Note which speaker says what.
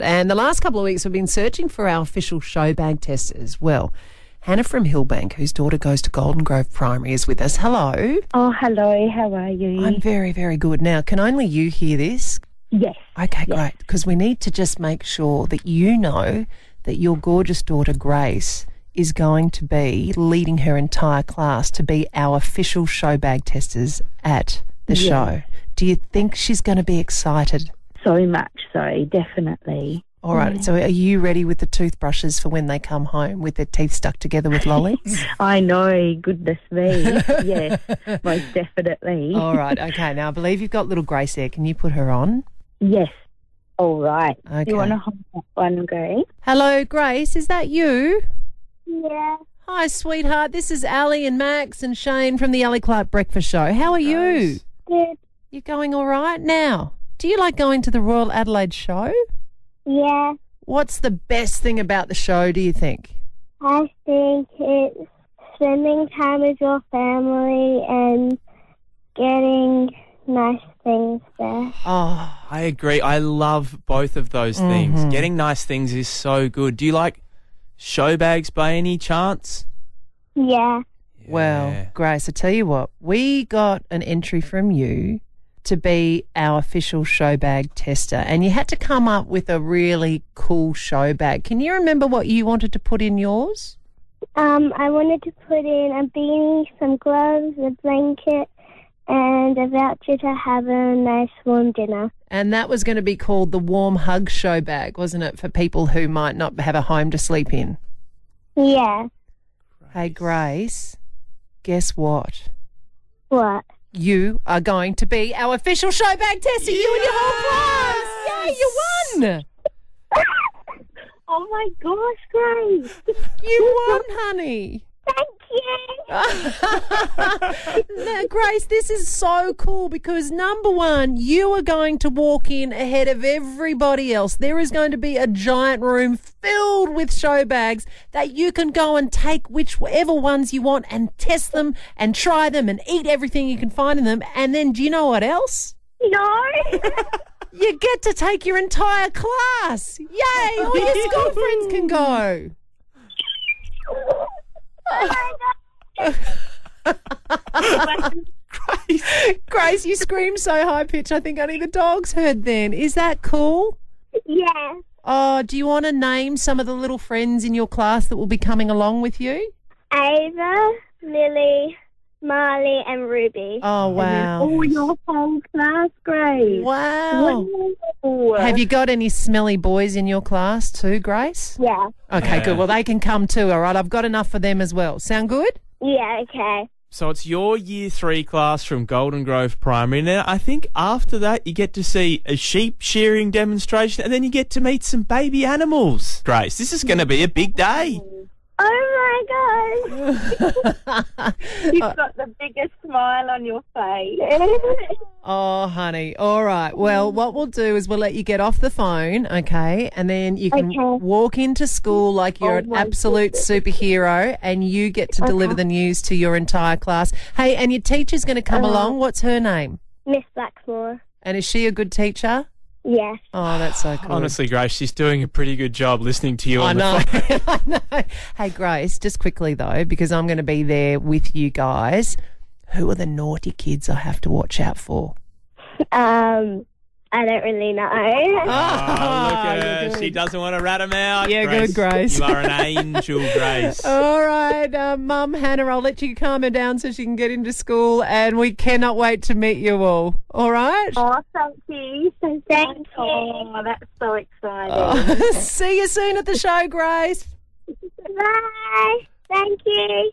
Speaker 1: And the last couple of weeks, we've been searching for our official show bag test as well. Hannah from Hillbank, whose daughter goes to Golden Grove Primary, is with us. Hello.
Speaker 2: Oh, hello. How are you?
Speaker 1: I'm very, very good. Now, can only you hear this?
Speaker 2: yes.
Speaker 1: Okay, great. Because we need to just make sure that you know that your gorgeous daughter, Grace, is going to be leading her entire class to be our official show bag testers at the show. Do you think she's going to be excited?
Speaker 2: So much so, definitely.
Speaker 1: All right. So, are you ready with the toothbrushes for when they come home with their teeth stuck together with lollies?
Speaker 2: I know, goodness me. yes, most definitely.
Speaker 1: All right. Okay. Now, I believe you've got little Grace there. Can you put her on?
Speaker 2: Yes. All right. Do
Speaker 1: Okay.
Speaker 2: you want to hold that one, Grace?
Speaker 1: Hello, Grace. Is that you?
Speaker 2: Yeah.
Speaker 1: Hi, sweetheart. This is Ali and Max and Shane from the Ali Clark Breakfast Show. How are you?
Speaker 2: Good.
Speaker 1: You going all right now? Do you like going to the Royal Adelaide show?
Speaker 3: Yeah,
Speaker 1: What's the best thing about the show, do you think?
Speaker 3: I think it's spending time with your family and getting nice things there.
Speaker 1: Oh,
Speaker 4: I agree. I love both of those
Speaker 1: Mm-hmm.
Speaker 4: things. Getting nice things is so good. Do you like show bags by any chance?
Speaker 3: Yeah,
Speaker 1: well,
Speaker 4: Yeah.
Speaker 1: Grace, I tell you what, we got an entry from you to be our official show bag tester, and you had to come up with a really cool show bag. Can you remember what you wanted to put in yours?
Speaker 3: um, I wanted to put in a beanie, some gloves, a blanket, and a voucher to have a nice warm dinner.
Speaker 1: And that was going to be called the Warm Hug Show Bag, wasn't it, for people who might not have a home to sleep in?
Speaker 3: Yeah,
Speaker 1: Hey, Grace, guess what?
Speaker 3: what?
Speaker 1: You are going to be our official show bag tester, you and your whole class! Yay, you won!
Speaker 3: Oh my gosh, Grace!
Speaker 1: You won, honey!
Speaker 3: Thank you.
Speaker 1: No, Grace, this is so cool because number one, you are going to walk in ahead of everybody else. There is going to be a giant room filled with show bags that you can go and take whichever ones you want and test them and try them and eat everything you can find in them. And then, do you know what else?
Speaker 3: No.
Speaker 1: You get to take your entire class. Yay! All your school friends can go. Grace, you screamed so high pitched, I think only the dogs heard then. Is that cool?
Speaker 3: yeah.
Speaker 1: Oh, do you want to name some of the little friends in your class that will be coming along with you?
Speaker 3: Ava, Lily, Marley, and Ruby.
Speaker 1: Oh, wow.
Speaker 2: Oh, your whole class, Grace.
Speaker 1: Wow. Have you got any smelly boys in your class too, Grace?
Speaker 3: Yeah.
Speaker 1: Okay, good. Well, they can come too, all right? I've got enough for them as well. Sound good?
Speaker 3: Yeah, okay.
Speaker 4: So it's your year three class from Golden Grove Primary. Now I think after that you get to see a sheep shearing demonstration, and then you get to meet some baby animals. Grace, this is going to be a big day.
Speaker 3: Oh my gosh.
Speaker 1: Uh,
Speaker 2: You've got the biggest smile on your face.
Speaker 1: Oh, honey. All right. Well, what we'll do is we'll let you get off the phone, okay? And then you can
Speaker 3: Okay.
Speaker 1: walk into school like you're an absolute superhero and you get to deliver the news to your entire class. Hey, and your teacher's going to come along. What's her name?
Speaker 3: Miss Blackmore.
Speaker 1: And is she a good teacher?
Speaker 3: Yes.
Speaker 1: Oh, that's so cool.
Speaker 4: Honestly, Grace, she's doing a pretty good job listening to you
Speaker 1: I
Speaker 4: on
Speaker 1: know.
Speaker 4: the phone.
Speaker 1: I know. Hey, Grace, just quickly though, because I'm going to be there with you guys. Who are the naughty kids I have to watch out for?
Speaker 3: Um, I don't really know.
Speaker 4: Oh, look
Speaker 1: Ah,
Speaker 4: at
Speaker 1: you're
Speaker 4: her.
Speaker 1: good.
Speaker 4: She doesn't want to rat him out.
Speaker 1: Yeah, good, Grace.
Speaker 4: You are an angel, Grace.
Speaker 1: All right, uh, Mum Hannah, I'll let you calm her down so she can get into school, and we cannot wait to meet you all. All right?
Speaker 2: Oh, thank you. So
Speaker 3: Thank you.
Speaker 2: Oh, that's so exciting.
Speaker 1: See you soon at the show, Grace.
Speaker 3: Bye. Thank you.